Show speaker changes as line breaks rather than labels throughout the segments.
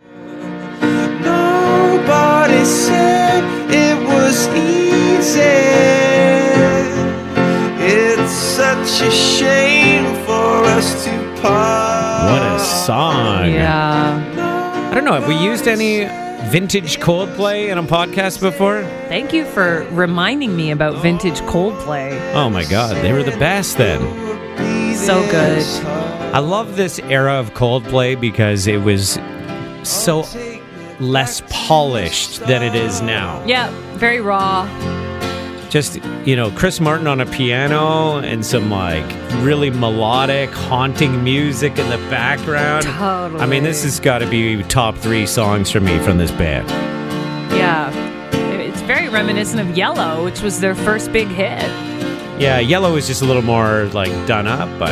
Nobody said it was easy. It's such a shame for us to part.
What a song.
Yeah.
I don't know. Have we used any vintage Coldplay in a podcast before?
Thank you for reminding me about vintage Coldplay.
Oh my God. They were the best then.
So good.
I love this era of Coldplay because it was so less polished than it is now.
Yeah, very raw.
Just, you know, Chris Martin on a piano and some like really melodic, haunting music in the background.
Totally.
I mean, this has got to be top three songs for me from this band.
Yeah. It's very reminiscent of Yellow, which was their first big hit.
Yeah, yellow is just a little more like done up, but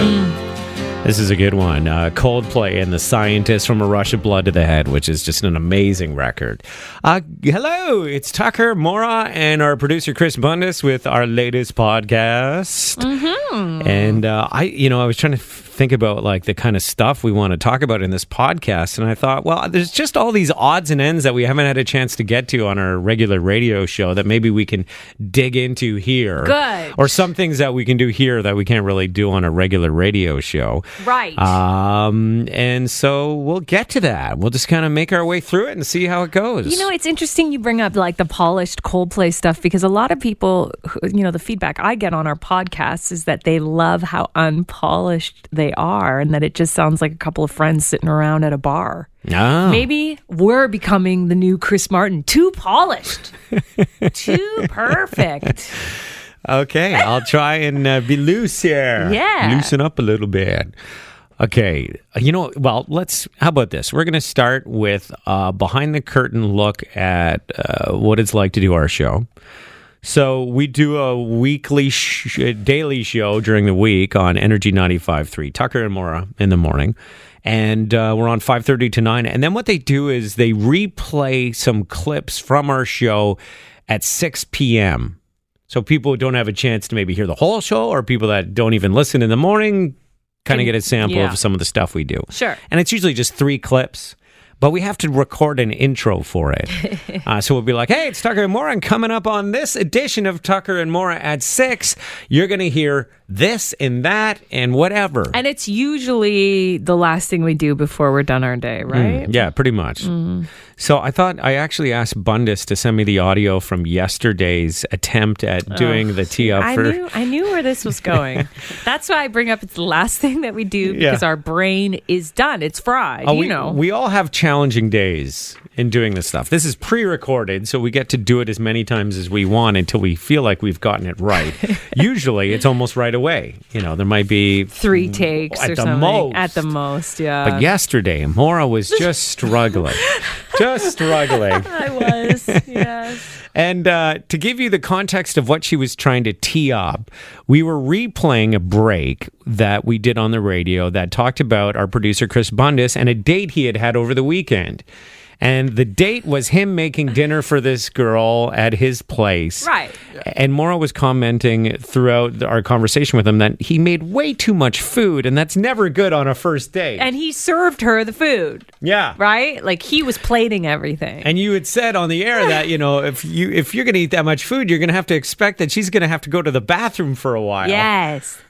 this is a good one. Uh, Coldplay and the Scientist from a Rush of Blood to the Head, which is just an amazing record. Uh, hello, it's Tucker Mora and our producer Chris Bundes with our latest podcast. And uh, I, you know, I was trying to f- think about like the kind of stuff we want to talk about in this podcast, and I thought, well, there's just all these odds and ends that we haven't had a chance to get to on our regular radio show that maybe we can dig into here.
Good.
Or some things that we can do here that we can't really do on a regular radio show.
Right.
Um, and so we'll get to that. We'll just kind of make our way through it and see how it goes.
You know, it's interesting you bring up like the polished Coldplay stuff because a lot of people, who- you know, the feedback I get on our podcasts is that they love how unpolished they are and that it just sounds like a couple of friends sitting around at a bar.
Ah.
Maybe we're becoming the new Chris Martin, too polished, too perfect.
Okay, I'll try and uh, be loose here.
Yeah.
Loosen up a little bit. Okay, you know, well, let's, how about this? We're going to start with a behind the curtain look at uh, what it's like to do our show. So we do a weekly, sh- uh, daily show during the week on Energy 95.3, Tucker and Mora in the morning. And uh, we're on 5.30 to 9. And then what they do is they replay some clips from our show at 6 p.m. So people who don't have a chance to maybe hear the whole show or people that don't even listen in the morning kind of get a sample
yeah.
of some of the stuff we do.
Sure.
And it's usually just three clips. But we have to record an intro for it. uh, so we'll be like, hey, it's Tucker and Mora. And coming up on this edition of Tucker and Mora at six, you're going to hear this and that and whatever.
And it's usually the last thing we do before we're done our day,
Hmm.
right?
Yeah, pretty much.
Mm-hmm.
So I thought I actually asked Bundus to send me the audio from yesterday's attempt at doing the tee up
I
for.
knew I knew where this was going. That's why I bring up it's the last thing that we do
Yeah.
because our brain is done. It's fried.
Oh,
you
we,
know.
we all have challenging days in doing this stuff. This is pre-recorded, so we get to do it as many times as we want until we feel like we've gotten it right. Usually, it's almost right away. You know, there might be.
Three takes
At
or
the
something.
most.
At the most, yeah.
But yesterday, Mora was just struggling, just struggling.
I was. yes.
And uh, to give you the context of what she was trying to tee up, we were replaying a break that we did on the radio that talked about our producer Chris Bundes and a date he had had over the weekend. And the date was him making dinner for this girl at his place.
Right.
And Mora was commenting throughout our conversation with him that he made way too much food, and that's never good on a first date.
And he served her the food,
yeah.
right? Like he was plating everything.
And you had said on the air that you know if you if you're going to eat that much food, you're going to have to expect that she's going to have to go to the bathroom for a while.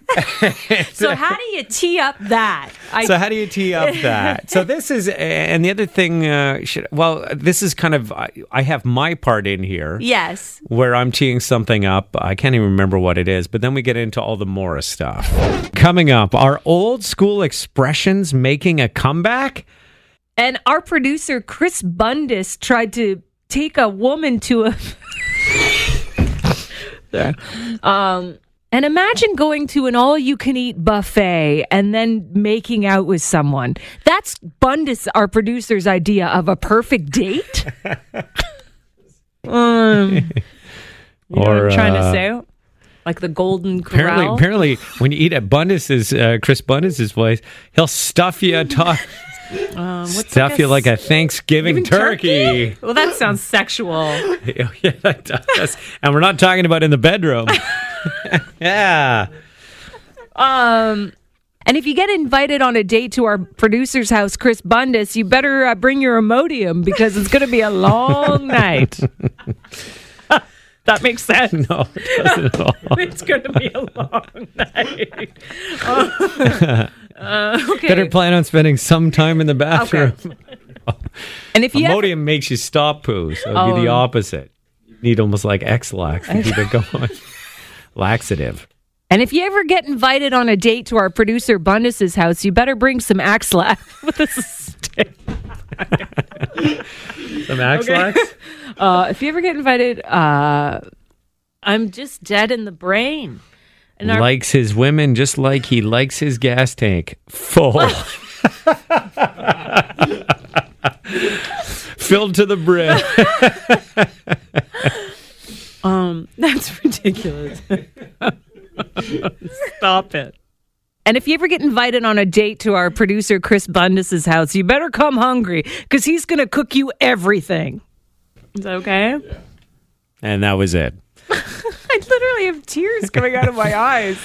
yes. so how do you tee up that? I
So how do you tee up that? so this is and the other thing. Uh, should, well, this is kind of I, I have my part in here.
yes.
Where I'm teeing something up. I can't even remember what it is, but then we get into all the Morris stuff. Coming up, are old school expressions making a comeback?
And our producer Chris Bundis tried to take a woman to a um and imagine going to an all you can eat buffet and then making out with someone. That's Bundis, our producer's idea of a perfect date. You know Um, what
Or,
I'm trying
uh,
to say? Like the Golden Corral.
Apparently, apparently, when you eat at Bundus's, uh, Chris Bundus's place, he'll stuff you a ta-
Um, what's
stuff you like a
s-
Thanksgiving turkey. Oh,
Well, that sounds sexual.
yeah, that does. And we're not talking about in the bedroom. yeah.
Um, and if you get invited on a date to our producer's house, Chris Bundus, you better uh, bring your Imodium because it's going to be a long night. that makes sense.
No, it doesn't at all.
It's going to be a long night. Uh, uh, okay.
Better plan on spending some time in the bathroom.
and if you have-
Imodium makes you stop poo, so it'd be the
Oh.
opposite. You need almost like X-Lax to keep it going. Laxative.
and if you ever get invited on a date to our producer Bundus's house, you better bring some Axlac with us.
Some Axlax?
Uh, if you ever get invited, uh, I'm just dead in the brain. And our
likes his women just like he likes his gas tank full. Filled to the brim.
Um, that's ridiculous. Stop it. And if you ever get invited on a date to our producer Chris Bundus's house, you better come hungry because he's going to cook you everything. Is that okay?
And that was it.
I literally have tears coming out of my eyes.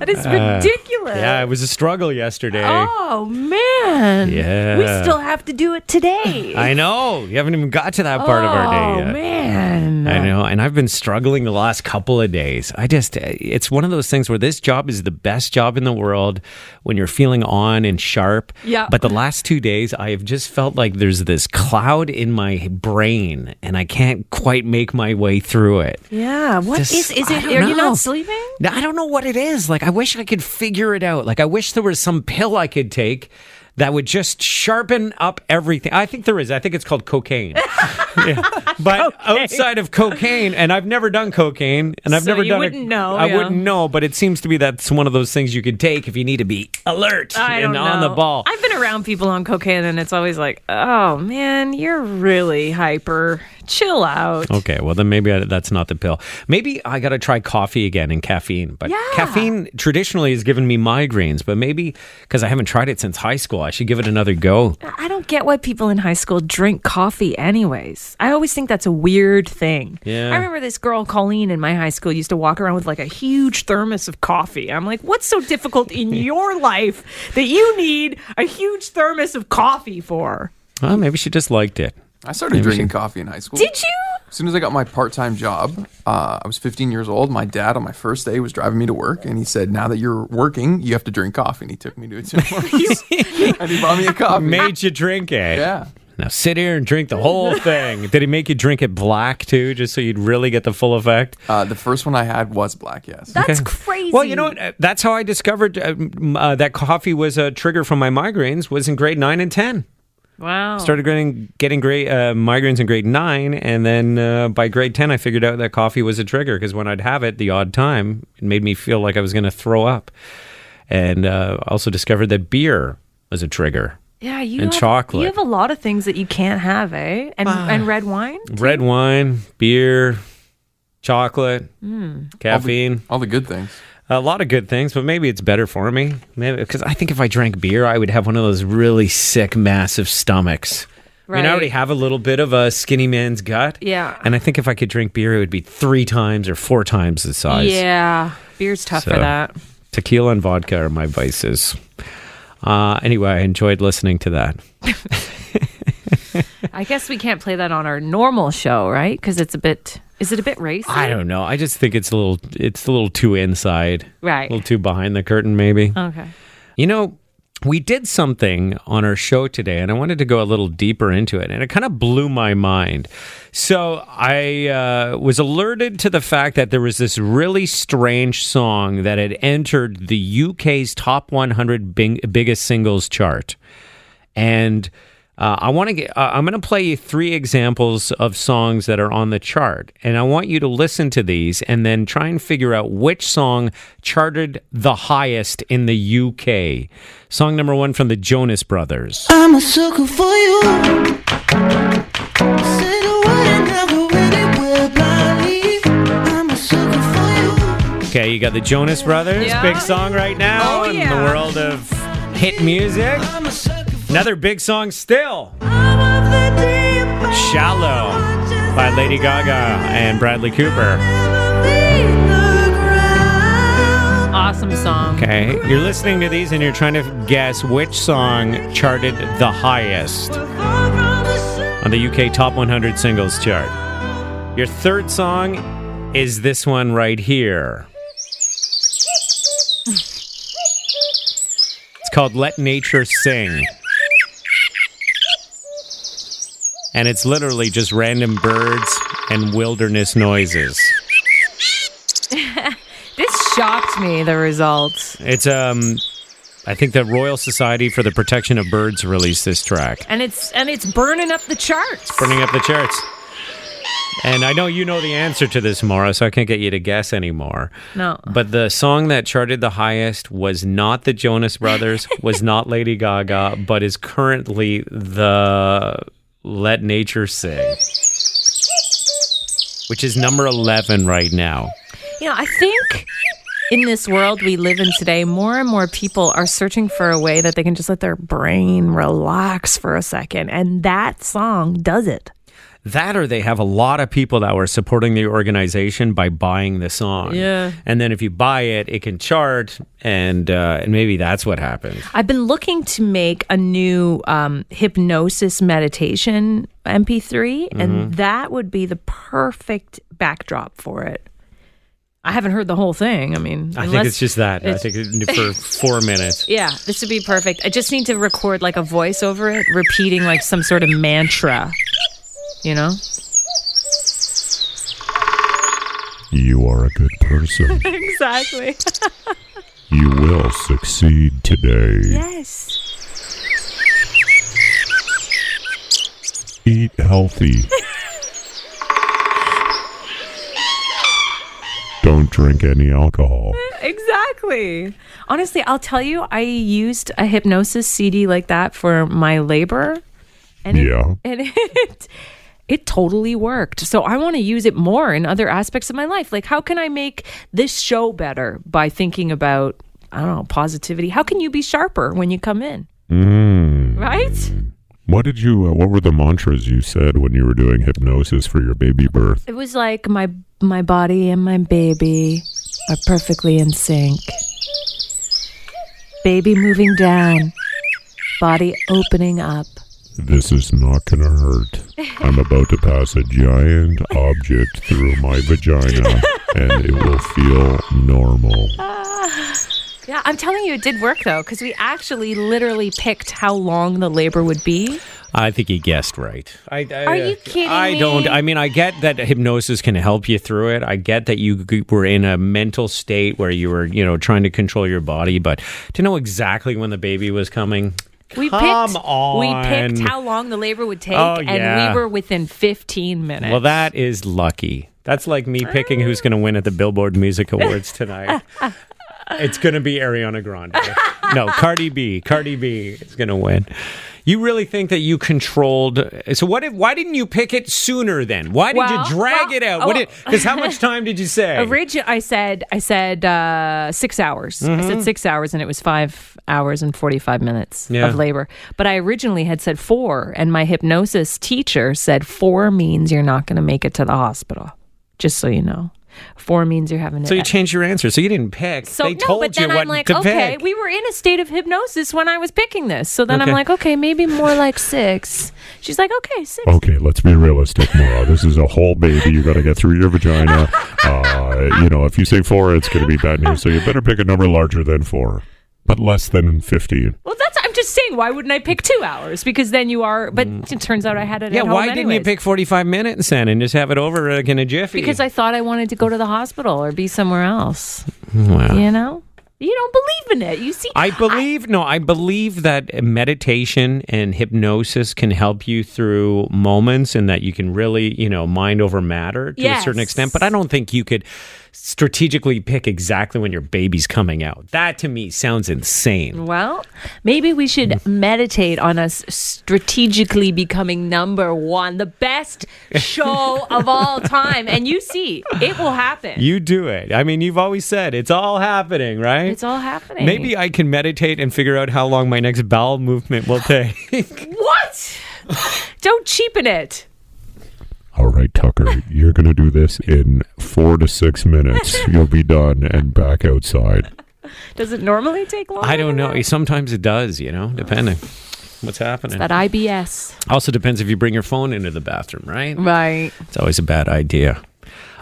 That is ridiculous.
Uh, Yeah, it was a struggle yesterday.
Oh man.
Yeah.
We still have to do it today.
I know. You haven't even got to that part of our day
Oh
yet.
man.
I know, and I've been struggling the last couple of days. I just, it's one of those things where this job is the best job in the world when you're feeling on and sharp.
Yeah.
But the last two days, I have just felt like there's this cloud in my brain and I can't quite make my way through it.
Yeah. What is?
Just-
is
I
it?
don't
Are you
know.
not sleeping?
Now, I don't know what it is. Like, I wish I could figure it out. Like, I wish there was some pill I could take that would just sharpen up everything. I think there is. I think it's called cocaine. Yeah. But outside of cocaine, and I've never done cocaine, and I've
So
never
you
done it.
wouldn't know,
I
yeah.
wouldn't know, but it seems to be that's one of those things you could take if you need to be alert
I
and
don't
on the
know.
ball.
I've been around people on cocaine, and it's always like, oh man, you're really hyper. Chill out.
Okay, well then maybe I, that's not the pill. Maybe I got to try coffee again and caffeine. But
Yeah.
caffeine traditionally has given me migraines, but maybe because I haven't tried it since high school, I should give it another go.
I don't get why people in high school drink coffee, anyways. I always think that's a weird thing.
Yeah.
I remember this girl, Colleen, in my high school used to walk around with like a huge thermos of coffee. I'm like, what's so difficult in your life that you need a huge thermos of coffee for?
Well, maybe she just liked it.
I started drinking coffee in high school.
Did you?
As soon as I got my part-time job, uh, I was 15 years old. My dad, on my first day, was driving me to work, and he said, "Now that you're working, you have to drink coffee." And he took me to a tin horse, and he bought me a coffee.
Made you drink it.
Yeah,
Now sit here and drink the whole thing. Did he make you drink it black too, just so you'd really get the full effect?
uh, the first one I had was black. Yes,
That's crazy.
Well, you know what? Uh, That's how I discovered uh, m- uh, that coffee was a trigger for my migraines. Was in grade nine and ten.
Wow.
started getting getting great uh, migraines in grade nine, and then uh, by grade ten, I figured out that coffee was a trigger because when I'd have it the odd time, it made me feel like I was going to throw up, and uh, also discovered that beer was a trigger.
Yeah, you
and
have,
chocolate. Ah.
You have a lot of things that you can't have, eh? And and red wine.
Red wine, beer, chocolate, caffeine,
all the good things.
a lot of good things, but maybe it's better for me. Maybe because I think if I drank beer, I would have one of those really sick, massive stomachs. I mean, I
Right.
already have a little bit of a skinny man's gut.
Yeah.
And I think if I could drink beer, it would be three times or four times the size.
Yeah, beer's tough
So-
for that.
Tequila and vodka are my vices. Uh, anyway, I enjoyed listening to that.
I guess we can't play that on our normal show, right? Because it's a bit. Is it a bit racist?
I don't know. I just think it's a little, it's a little too inside,
Right.
A little too behind the curtain, maybe.
Okay.
You know, we did something on our show today, and I wanted to go a little deeper into it, and it kind of blew my mind. So I uh, was alerted to the fact that there was this really strange song that had entered the UK's top 100 bing- biggest singles chart and uh, I want to get. Uh, I'm going to play you three examples of songs that are on the chart, and I want you to listen to these and then try and figure out which song charted the highest in the UK. Song number one from the Jonas Brothers.
I'm a sucker for you. Say the word and I will win it will blind.
got the Jonas Brothers,
Yeah.
big song right now
Oh,
in the
yeah.
world of hit music. Another big song still. Shallow by Lady Gaga and Bradley Cooper.
Awesome song.
Okay, you're listening to these and you're trying to guess which song charted the highest on the UK Top 100 Singles Chart. Your third song is this one right here. It's called Let Nature Sing. And it's literally just random birds and wilderness noises.
This shocked me, the results.
It's um I think the Royal Society for the Protection of Birds released this track.
And it's and it's burning up the charts.
Burning up the charts. And I know you know the answer to this, Maura, so I can't get you to guess anymore.
No.
But the song that charted the highest was not the Jonas Brothers, was not Lady Gaga, but is currently the Let Nature Sing, which is number 11 right now.
You know, I think in this world we live in today, more and more people are searching for a way that they can just let their brain relax for a second. And that song does it.
That or they have a lot of people that were supporting the organization by buying the song.
Yeah.
And then if you buy it, it can chart, and uh, and maybe that's what happened.
I've been looking to make a new um, hypnosis meditation MP3,
Mm-hmm.
and that would be the perfect backdrop for it. I haven't heard the whole thing. I mean,
I think
unless-
it's just that. I
it's-
think it- for four minutes.
Yeah, this would be perfect. I just need to record like a voice over it, repeating like some sort of mantra, you know?
You are a good person.
Exactly.
you will succeed today.
Yes.
Eat healthy. Don't drink any alcohol.
Exactly. Honestly, I'll tell you, I used a hypnosis CD like that for my labor. And it-
Yeah.
and it it totally worked. So I want to use it more in other aspects of my life. Like how can I make this show better by thinking about I don't know, positivity. How can you be sharper when you come in?
Mm.
Right?
What did you? Uh, what were the mantras you said when you were doing hypnosis for your baby birth?
It was like my my body and my baby are perfectly in sync. Baby moving down, body opening up.
This is not gonna hurt. I'm about to pass a giant object through my vagina, and it will feel normal.
Yeah, I'm telling you, it did work though, because we actually literally picked how long the labor would be.
I think he guessed right. I, I, uh,
Are you kidding
I
me?
don't. I mean, I get that hypnosis can help you through it. I get that you g- were in a mental state where you were, you know, trying to control your body, but to know exactly when the baby was coming.
We
Come
picked we picked
on.
how long the labor would take,
Oh, yeah.
and we were within 15 minutes.
Well, that is lucky. That's like me picking who's going to win at the Billboard Music Awards tonight. it's going to be Ariana Grande. no, Cardi B. Cardi B is going to win. You really think that you controlled? So what? If, why didn't you pick it sooner? Then why did
Well,
you drag
well,
it out? What
oh.
did? Because how much time did you say?
Origi- I said I said uh, six hours. I
Mm-hmm.
said six hours, and it was five hours and forty five minutes
Yeah.
of labor. But I originally had said four, and my hypnosis teacher said four means you're not going to make it to the hospital. Just so you know, four means you're having.
so
it.
you changed your answer. So you didn't pick.
So
they
no,
told
but then
you what
I'm like,
to
okay,
pick.
we were in a state of hypnosis when I was picking this. So then
Okay.
I'm like, okay, maybe more like six. She's like, okay, six.
Oh.
Okay, let's be realistic, Maura. This is a whole baby. You got to get through your vagina. Uh, you know, if you say four, it's going to be bad news. So you better pick a number larger than four, but less than fifteen.
Well, that's. I'm just saying, why wouldn't I pick two hours? Because then you are. But it turns out I had it.
Mm. yeah,
at home
why didn't you
anyways.
pick forty-five minutes then and just have it over like in a jiffy?
Because I thought I wanted to go to the hospital or be somewhere else.
Wow.
You know? You don't believe in it. You see,
I believe no, I believe that meditation and hypnosis can help you through moments and that you can really, you know, mind over matter to a certain
Yes.
extent, but I don't think you could strategically pick exactly when your baby's coming out. That to me sounds insane.
Well, maybe we
Mm.
should meditate on us strategically becoming number one, the best show of all time. And you see, it will happen.
You do it. I mean, you've always said it's all happening, right?
it's all happening.
Maybe I can meditate and figure out how long my next bowel movement will take.
What? Don't cheapen it.
All right, Tucker, you're going to do this in four to six minutes. You'll be done and back outside.
Does it normally take long?
I don't know. Sometimes it does, you know, depending what's happening.
That IBS.
Also depends if you bring your phone into the bathroom, right?
Right.
It's always a bad idea.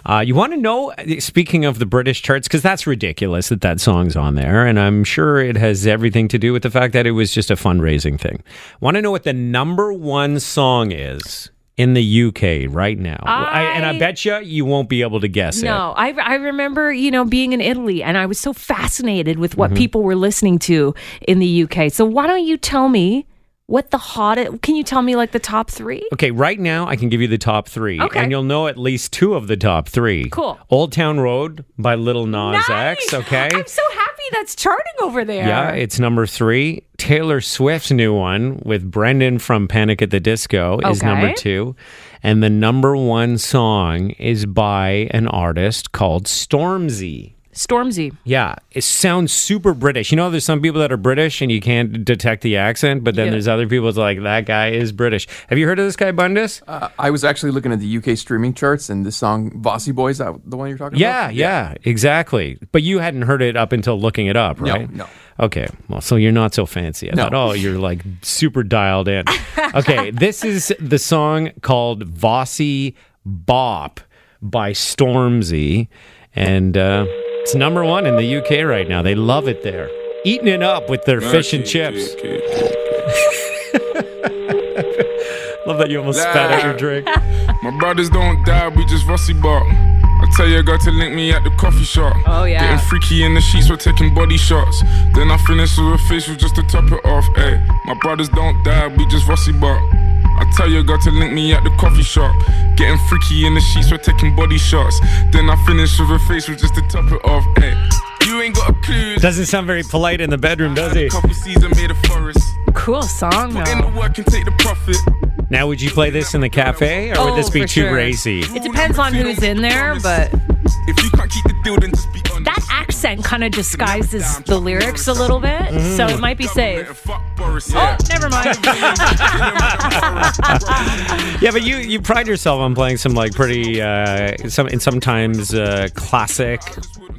Uh, you want to know, speaking of the British charts, because that's ridiculous that that song's on there. And I'm sure it has everything to do with the fact that it was just a fundraising thing. Want to know what the number one song is in the UK right now? and I
I-
bet you you won't be able to guess it.
No, I, I remember, you know, being in Italy and I was so fascinated with
Mm-hmm.
what people were listening to in the UK. So why don't you tell me what the hottest, can you tell me like the top three?
Okay, right now I can give you the top three,
Okay.
and you'll know at least two of the top three.
Cool.
Old Town Road by Little Nas X.
Nice!
Okay.
I'm so happy that's charting over there.
yeah, it's number three. Taylor Swift's new one with Brendan from Panic at the Disco is
Okay.
number two. And the number one song is by an artist called Stormzy.
Stormzy.
Yeah, it sounds super British. You know, there's some people that are British and you can't detect the accent, but then
Yeah.
there's other people that's like, that guy is British. Have you heard of this guy, Bundus?
Uh, I was actually looking at the UK streaming charts, and this song "Bossy Boy" is that the one you're talking
Yeah,
about?
yeah, exactly. But you hadn't heard it up until looking it up,
No,
right?
no.
Okay. Well, so you're not so fancy. I
No.
thought, oh, you're like super dialed in. Okay. this is the song called Vossy Bop by Stormzy. And uh, it's number one in the UK right now. They love it there. Eating it up with their fish and chips. Love that you almost spat out your drink.
My brothers don't die, we just rusty bark. I tell your girl to link me at the coffee shop.
Oh, yeah.
Getting freaky in the sheets, we're taking body shots. Then I finish with a facial just to top it off. Ayy, my brothers don't die, we just rusty bark. I tell your girl to link me at the coffee shop. Getting freaky in the sheets, we're taking body shots. Then I finish with a facial just to top it off. Ayy, you ain't got a clue.
Doesn't sound very polite in the bedroom, does he?
Coffee season made a forest.
Cool song,
Put in the
though.
work and take the profit.
Now, would you play this in the cafe or would
Oh,
this be
for
too
sure.
racy?
It depends on who's in there, but
If you can't keep the deal, then just be honest.
that accent kind of disguises the lyrics a little bit. So
Mm-hmm.
it might be safe. Oh, never mind. Oh,
Yeah, but you you pride yourself on playing some like pretty uh, some and sometimes uh, classic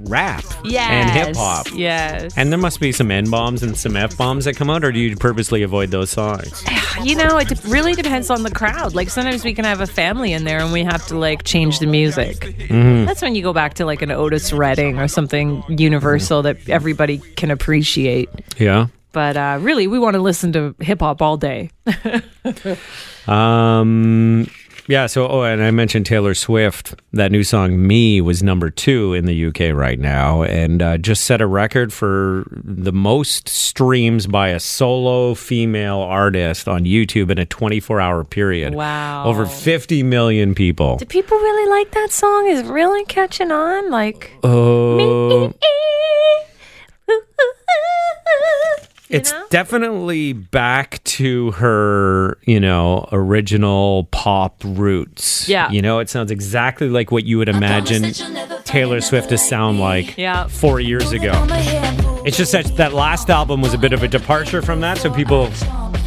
rap
Yes.
and hip hop.
Yes.
And there must be some N bombs and some F bombs that come out, or do you purposely avoid those songs?
You know, it de- really depends on the crowd. Like sometimes we can have a family in there and we have to like change the music. That's when you go back to like an Otis Redding or something universal that everybody can appreciate.
Yeah.
But uh, really, we want to listen to hip hop all day.
Um. Yeah. So, oh, and I mentioned Taylor Swift. That new song "Me" was number two in the UK right now, and uh, just set a record for the most streams by a solo female artist on YouTube in a 24-hour period.
Wow.
Over 50 million people.
Do people really like that song? Is it really catching on? Like,
Oh,
You
it's
know?
definitely back to her, you know, original pop roots.
Yeah.
You know, it sounds exactly like what you would imagine Taylor Swift to sound like
Yeah.
four years ago. It's just that that last album was a bit of a departure from that, so people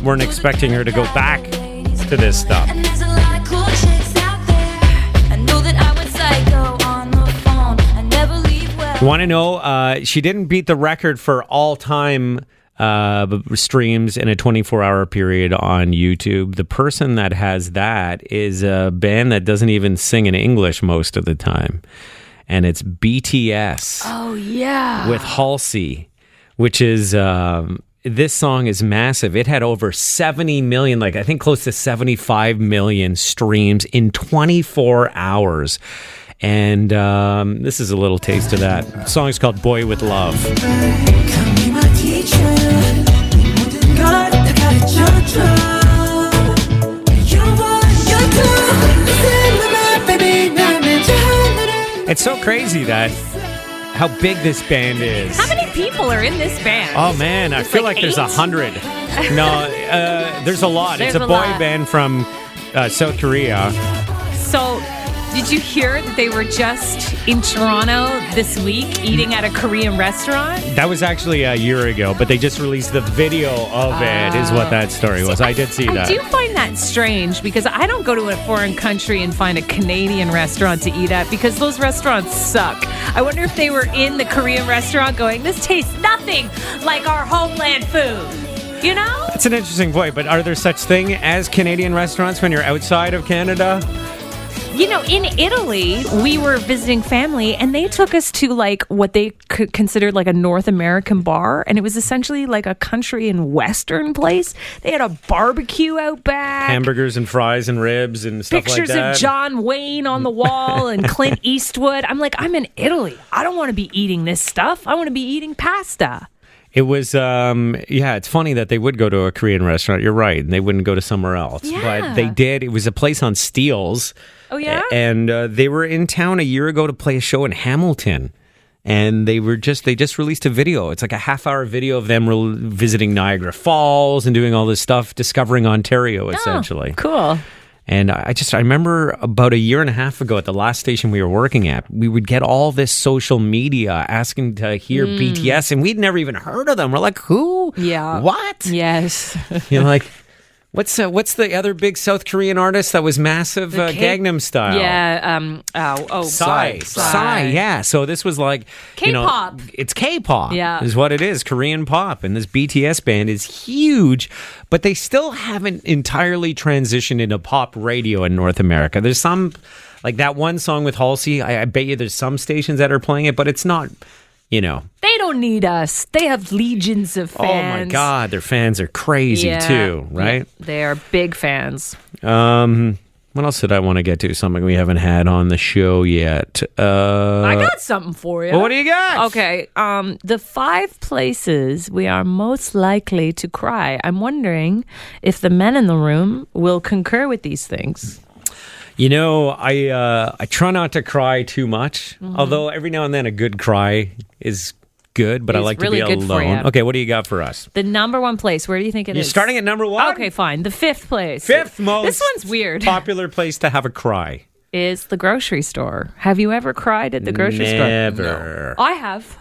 weren't expecting her to go back to this stuff.
And there's a lot of cool chicks out there. I know that I went psycho on the phone. I never leave well.
Want to know? Uh, she didn't beat the record for all time uh, b- streams in a 24 hour period on YouTube. The person that has that is a band that doesn't even sing in English most of the time, and it's BTS. Oh yeah, with Halsey, which is. Um, this song is massive. It had over 70 million, like I think close to 75 million streams in 24 hours. And um, this is a little taste of that. The song is called Boy with Love. It's so crazy that how big this band is.
How many people are in this band?
Oh man, I
It's
feel like,
like
there's a
eight?
hundred. No, uh, there's a lot.
There's
it's a,
a
boy
lot.
band from uh, South Korea.
So, did you hear that they were just in Toronto this week eating at a Korean restaurant?
That was actually a year ago, but they just released the video of it. Is what that story was. I did see
Ah. I
that.
do find that strange because I don't go to a foreign country and find a Canadian restaurant to eat at because those restaurants suck. I wonder if they were in the Korean restaurant going, this tastes nothing like our homeland food. You know?
That's an interesting point. But are there such thing as Canadian restaurants when you're outside of Canada?
You know, in Italy, we were visiting family and they took us to like what they c- considered like a North American bar. And it was essentially like a country and Western place. They had a barbecue out back.
Hamburgers and fries and ribs and stuff like
Pictures
that.
of John Wayne on the wall and Clint Eastwood. I'm like, I'm in Italy. I don't want to be eating this stuff. I want to be eating pasta.
It was, um, yeah, it's funny that they would go to a Korean restaurant. You're right. And they wouldn't go to somewhere else. But
Yeah.
they did. It was a place on Steeles.
Oh, yeah?
A- And uh, they were in town a year ago to play a show in Hamilton. And they were just, they just released a video. It's like a half hour video of them re- visiting Niagara Falls and doing all this stuff, discovering
Oh,
Ontario, essentially.
Cool.
And I I just I remember about a year and a half ago at the last station we were working at, we would get all this social media asking to hear
Hmm.
BTS, and we'd never even heard of them. We're like, who?
Yeah.
What?
Yes.
You're like, what's uh, what's the other big South Korean artist that was massive? Uh,
K-
Gangnam Style.
Yeah. Um, oh, oh,
Psy,
Psy.
Psy, yeah. So this was like you know,
K-pop.
it's K-pop,
Yeah.
is what it is. Korean pop, and this BTS band is huge, but they still haven't entirely transitioned into pop radio in North America. There's some like that one song with Halsey. I, I bet you there's some stations that are playing it, but it's not. You know,
They don't need us. They have legions of fans.
oh my God, their fans are crazy
Yeah.
too, right?
Yeah, They are big fans.
Um, what else did I want to get to? Something we haven't had on the show yet. Uh,
I got something for you.
well, what do you got?
Okay. Um, the five places we are most likely to cry. I'm wondering if the men in the room will concur with these things.
You know, I uh, I try not to cry too much,
Mm-hmm.
although every now and then a good cry is good. But I
It's
like
really
to be
good for
alone.
you.
Okay, what do you got for us?
The number one place. Where do you think it is?
You're starting at number one.
Okay, fine. The fifth place.
fifth most.
This one's weird.
Popular place to have a cry.
Is the grocery store. Have you ever cried at the grocery store?
Never.
I have.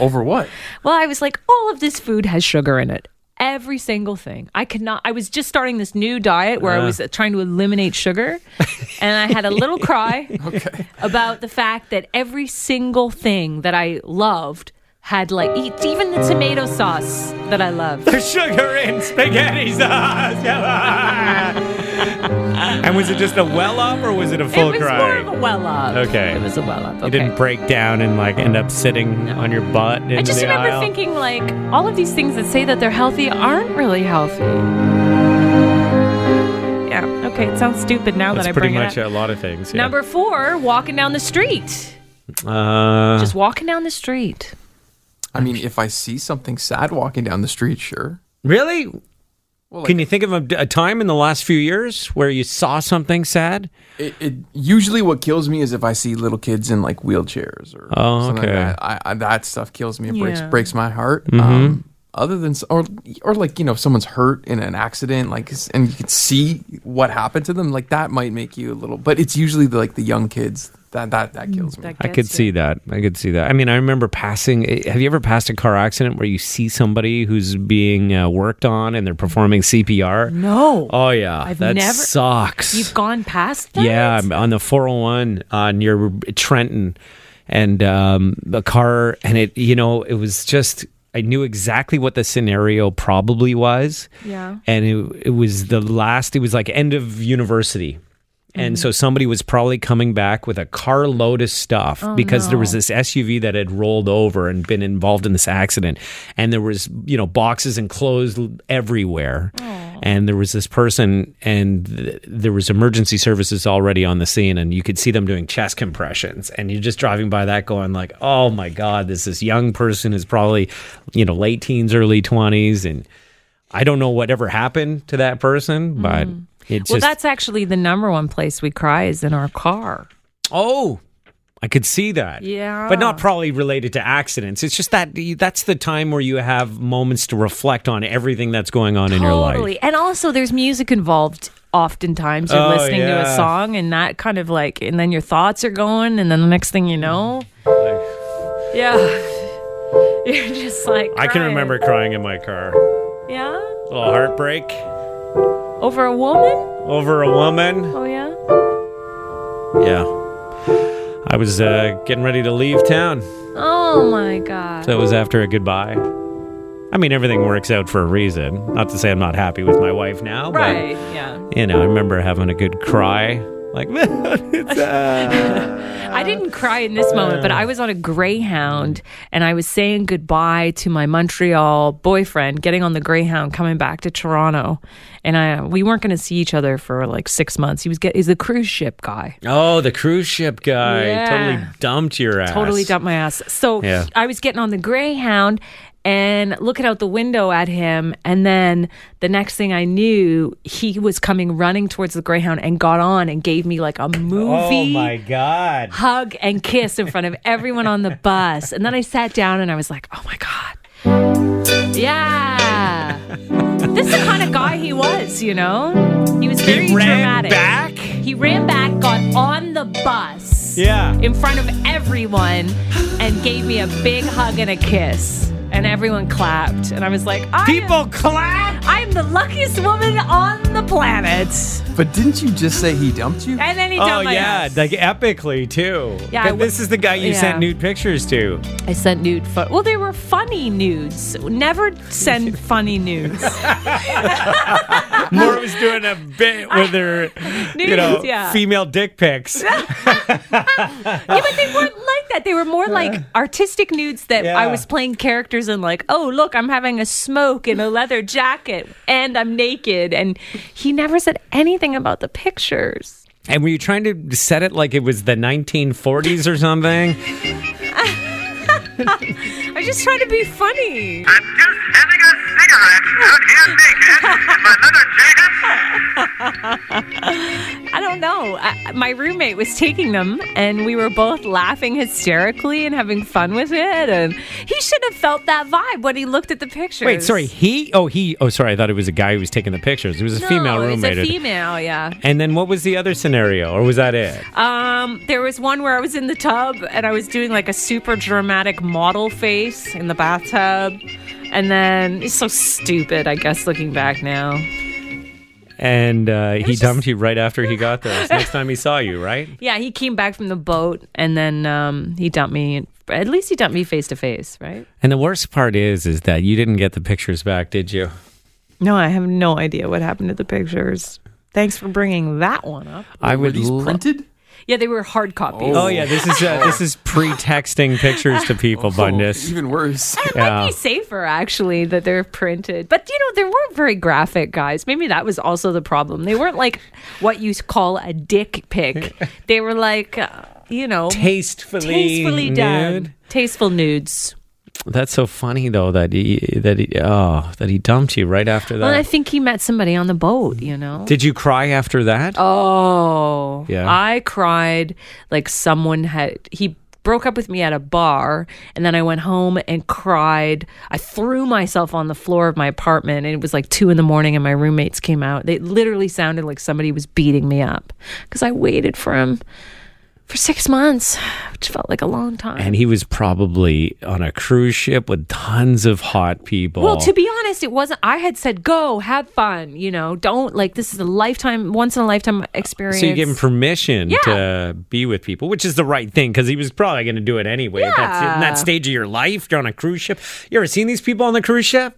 Over what?
Well, I was like, all of this food has sugar in it. Every single thing. I could not. I was just starting this new diet where I was
Uh.
trying to eliminate sugar, and I had a little cry about the fact that every single thing that I loved had like e- even the tomato sauce that I loved.
There's sugar in spaghetti sauce. and was it just a well up or was it a full
it was
cry?
more of a well up.
Okay.
it was a well up. Okay.
You didn't break down and like end up sitting on your butt.
I
into
just
the
remember
aisle?
thinking like all of these things that say that they're healthy aren't really healthy. Yeah. Okay. It sounds stupid now
That's
that I
pretty
bring
much
it up.
a lot of things. yeah.
Number four, walking down the street.
Uh,
Just walking down the street.
I mean, if I see something sad walking down the street, sure.
Really?
like-
Can you think of a, a time in the last few years where you saw something sad?
It, it usually what kills me is if I see little kids in like wheelchairs or
Oh,
something
okay. Mm-hmm.
like that. I, I, that stuff kills me. It breaks
Yeah.
breaks my heart. Um, other than s- or or like you know if someone's hurt in an accident, like s- and you can see what happened to them, like that might make you a little. But it's usually the, like the young kids that that that kills me.
I could see that. I could see that. I mean, I remember passing. eh, Have you ever passed a car accident where you see somebody who's being uh, worked on and they're performing CPR?
No.
Oh yeah,
Mm. I've
that
never-
sucks.
You've gone past that?
Yeah, I'm on the 401 uh, near Trenton, and um, a car, and it, you know, it was just. I knew exactly what the scenario probably was.
Yeah.
And it, it was the last, it was like end of university. And so somebody was probably coming back with a carload of stuff because there was this SUV that had rolled over and been involved in this accident. And there was, you know, boxes and clothes l- everywhere. And there was this person and th- there was emergency services already on the scene and you could see them doing chest compressions. And you're just driving by that going like, oh my God, this this young person is probably, you know, late teens, early 20s. And I don't know whatever happened to that person, but it's
Well,
just,
that's actually the number one place we cry is in our car.
oh, I I could see that.
Yeah.
But not probably related to accidents. It's just that that's the time where you have moments to reflect on everything that's going on in your life.
Totally. And also, there's music involved. Oftentimes, you're
Oh,
listening to
yeah.
a song, and that kind of like, and then your thoughts are going, and then the next thing you know, yeah, you're just like.
I can
crying.
remember crying in my car. A
Yeah,
little heartbreak
over a woman.
over a woman.
Oh yeah.
Yeah. I was uh, getting ready to leave town.
Oh my god.
That was after a goodbye. I mean, everything works out for a reason. Not to say I'm not happy with my wife now,
Right. Yeah.
but you know, I remember having a good cry. Like, it's, uh,
I didn't cry in this moment, but I was on a Greyhound and I was saying goodbye to my Montreal boyfriend, getting on the Greyhound, coming back to Toronto, and I we weren't going to see each other for like six months. He was get he's the cruise ship guy.
oh, the cruise ship guy
Yeah.
totally dumped your ass.
Totally dumped my ass. So
Yeah.
I was getting on the Greyhound and looking out the window at him. And then the next thing I knew, he was coming running towards the Greyhound and got on and gave me like a movie
Oh god.
hug and kiss in front of everyone on the bus. And then I sat down and I was like, oh my God. Yeah. This is the kind of guy he was, you know? He was very
He ran
dramatic.
back.
He ran back, got on the bus
Yeah.
in front of everyone and gave me a big hug and a kiss. And everyone clapped. And I was like, I am,
People clap.
I am the luckiest woman on the planet.
But didn't you just say he dumped you?
And then he
Oh
dumped my
yeah,
ass.
like epically too.
Yeah,
But
I w-
this is the guy you sent
yeah.
nude pictures to.
I sent nude photos. Well, they were funny nudes. Never send funny nudes.
Moore was doing a bit with her, you
Nudes,
know,
yeah.
female dick pics.
yeah, but they weren't like that. They were more like artistic nudes that
Yeah.
I was playing characters in, like, oh, look, I'm having a smoke in a leather jacket and I'm naked. And he never said anything about the pictures.
And were you trying to set it like it was the 1940s or something?
I was just trying to be funny.
just having a cigarette out here naked in my leather jacket.
I don't know. I, my roommate was taking them, and we were both laughing hysterically and having fun with it. And he should have felt that vibe when he looked at the pictures.
Wait, sorry, he? Oh, he? Oh, sorry, I thought it was a guy who was taking the pictures. It was a
No,
female roommate.
It was a female, yeah.
and then what was the other scenario, or was that it?
Um, there was one where I was in the tub and I was doing like a super dramatic model face in the bathtub. And then it's so stupid, I guess, looking back now.
And uh, he
was just-
dumped you right after he got those. Next time he saw you, right?
Yeah, he came back from the boat and then um, he dumped me. At least he dumped me face to face, right?
And the worst part is, is that you didn't get the pictures back, did you?
No, I have no idea what happened to the pictures. Thanks for bringing that one up.
I would.
He's
lo-
printed?
Yeah, they were hard copies.
oh yeah, this is uh, this is pre-texting pictures to
Oh,
people, Bundes.
Oh, Even worse.
It might be safer actually that they're printed. But you know, they weren't very graphic, guys. Maybe that was also the problem. They weren't like what you call a dick pic. They were like, uh, you know,
Tastefully,
tastefully
nude.
done, tasteful nudes.
That's so funny though that he that he oh that he dumped you right after that.
Well, I think he met somebody on the boat. You know.
Did you cry after that?
Oh,
Yeah.
I cried like someone had he broke up with me at a bar and then I went home and cried. I threw myself on the floor of my apartment and it was like 2 in the morning and my roommates came out. They literally sounded like somebody was beating me up cuz I waited for him for 6 months, which felt like a long time.
And he was probably on a cruise ship with tons of hot people.
Well, to be honest, it wasn't. I had said, "Go, have fun." You know, don't like this is a lifetime, once in a lifetime experience.
so you gave him permission
Yeah.
to be with people, which is the right thing because he was probably going to do it anyway. at that-
Yeah.
in that stage of your life, you're on a cruise ship. You ever seen these people on the cruise ship?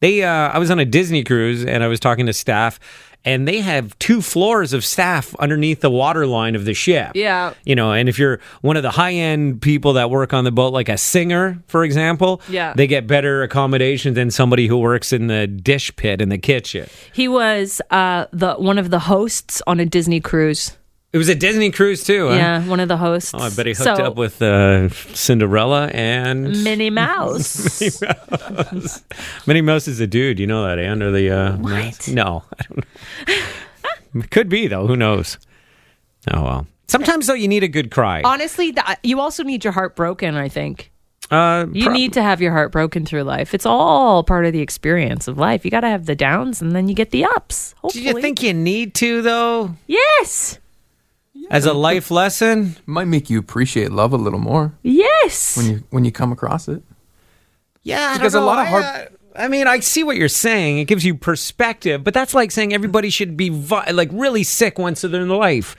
They, uh, I was on a Disney cruise and I was talking to staff, and they have two floors of staff underneath the waterline of the ship.
Yeah.
you know, and if you're one of the high end people that work on the boat, like a singer, for example,
Yeah.
they get better accommodation than somebody who works in the dish pit in the kitchen.
He was uh, the one of the hosts on a Disney cruise.
It was a Disney cruise too. huh?
Yeah, one of the hosts.
Oh, I bet he
So, Mm.
hooked up with uh, Cinderella and
Minnie Mouse.
Minnie Mouse is a dude. You know that, eh? Under the uh,
What?
mask? No, I don't know. Could be though. Who knows? Oh well. Sometimes though, you need a good cry.
Honestly, th- you also need your heart broken, I think.
Uh,
You
prob-
need to have your heart broken through life. It's all part of the experience of life. You got to have the downs and then you get the ups.
Do
Hopefully.
you think you need to though?
Yes.
As a life lesson,
might make you appreciate love a little more
Yes.
when you when you come across it.
yeah, I
Because
don't
a lot
know.
of hard-
I, uh, I mean, I see what you're saying. It gives you perspective, but that's like saying everybody should be vi- like really sick once in their life,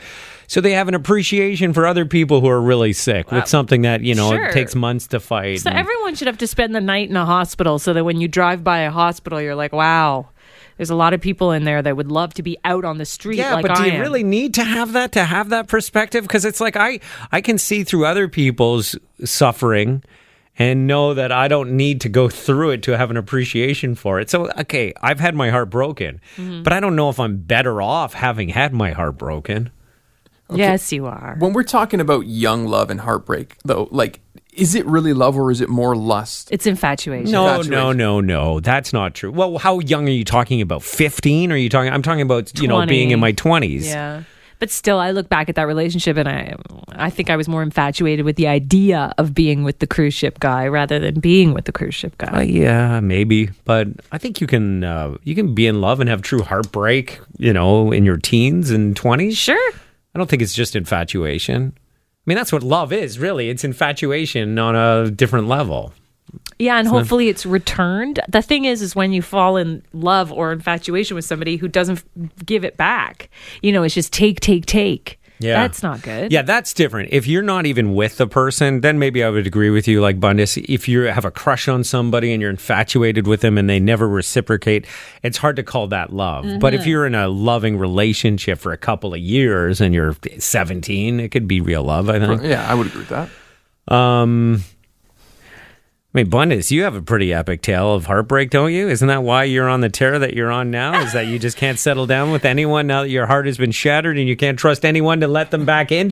so they have an appreciation for other people who are really sick with something that you know
sure.
it takes months to fight.
So
and-
everyone should have to spend the night in a hospital so that when you drive by a hospital, you're like, wow, there's a lot of people in there that would love to be out on the street.
Yeah,
like
but do
I
you
am.
really need to have that to have that perspective? Because it's like I I can see through other people's suffering and know that I don't need to go through it to have an appreciation for it. So okay, I've had my heart broken,
Mm-hmm.
but I don't know if I'm better off having had my heart broken.
Yes, you are.
When we're talking about young love and heartbreak, though, like, is it really love or is it more lust?
it's infatuation.
No,
Infatuation.
no, no, no. That's not true. Well, how young are you talking about? 15? Are you talking I'm talking about, you know,
20.
being in my 20s.
Yeah. But still, I look back at that relationship and I, I think I was more infatuated with the idea of being with the cruise ship guy rather than being with the cruise ship
Uh,
guy.
yeah, maybe, but I think you can uh, you can be in love and have true heartbreak, you know, in your teens and twenties.
Sure.
I don't think it's just infatuation. I mean, that's what love is, really. It's infatuation on a different level.
Yeah, and hopefully it's returned. The thing is, is when you fall in love or infatuation with somebody who doesn't f- give it back, you know, it's just take, take, take.
Yeah.
That's not good.
Yeah, that's different. If you're not even with the person, then maybe I would agree with you, like Bundis. If you have a crush on somebody and you're infatuated with them and they never reciprocate, it's hard to call that love. But if you're in a loving relationship for a couple of years and you're 17, it could be real love, I think.
Yeah, I would agree with that.
Um, I mean, Bundis, you have a pretty epic tale of heartbreak, don't you? Isn't that why you're on the tear that you're on now? Is that you just can't settle down with anyone now that your heart has been shattered and you can't trust anyone to let them back in?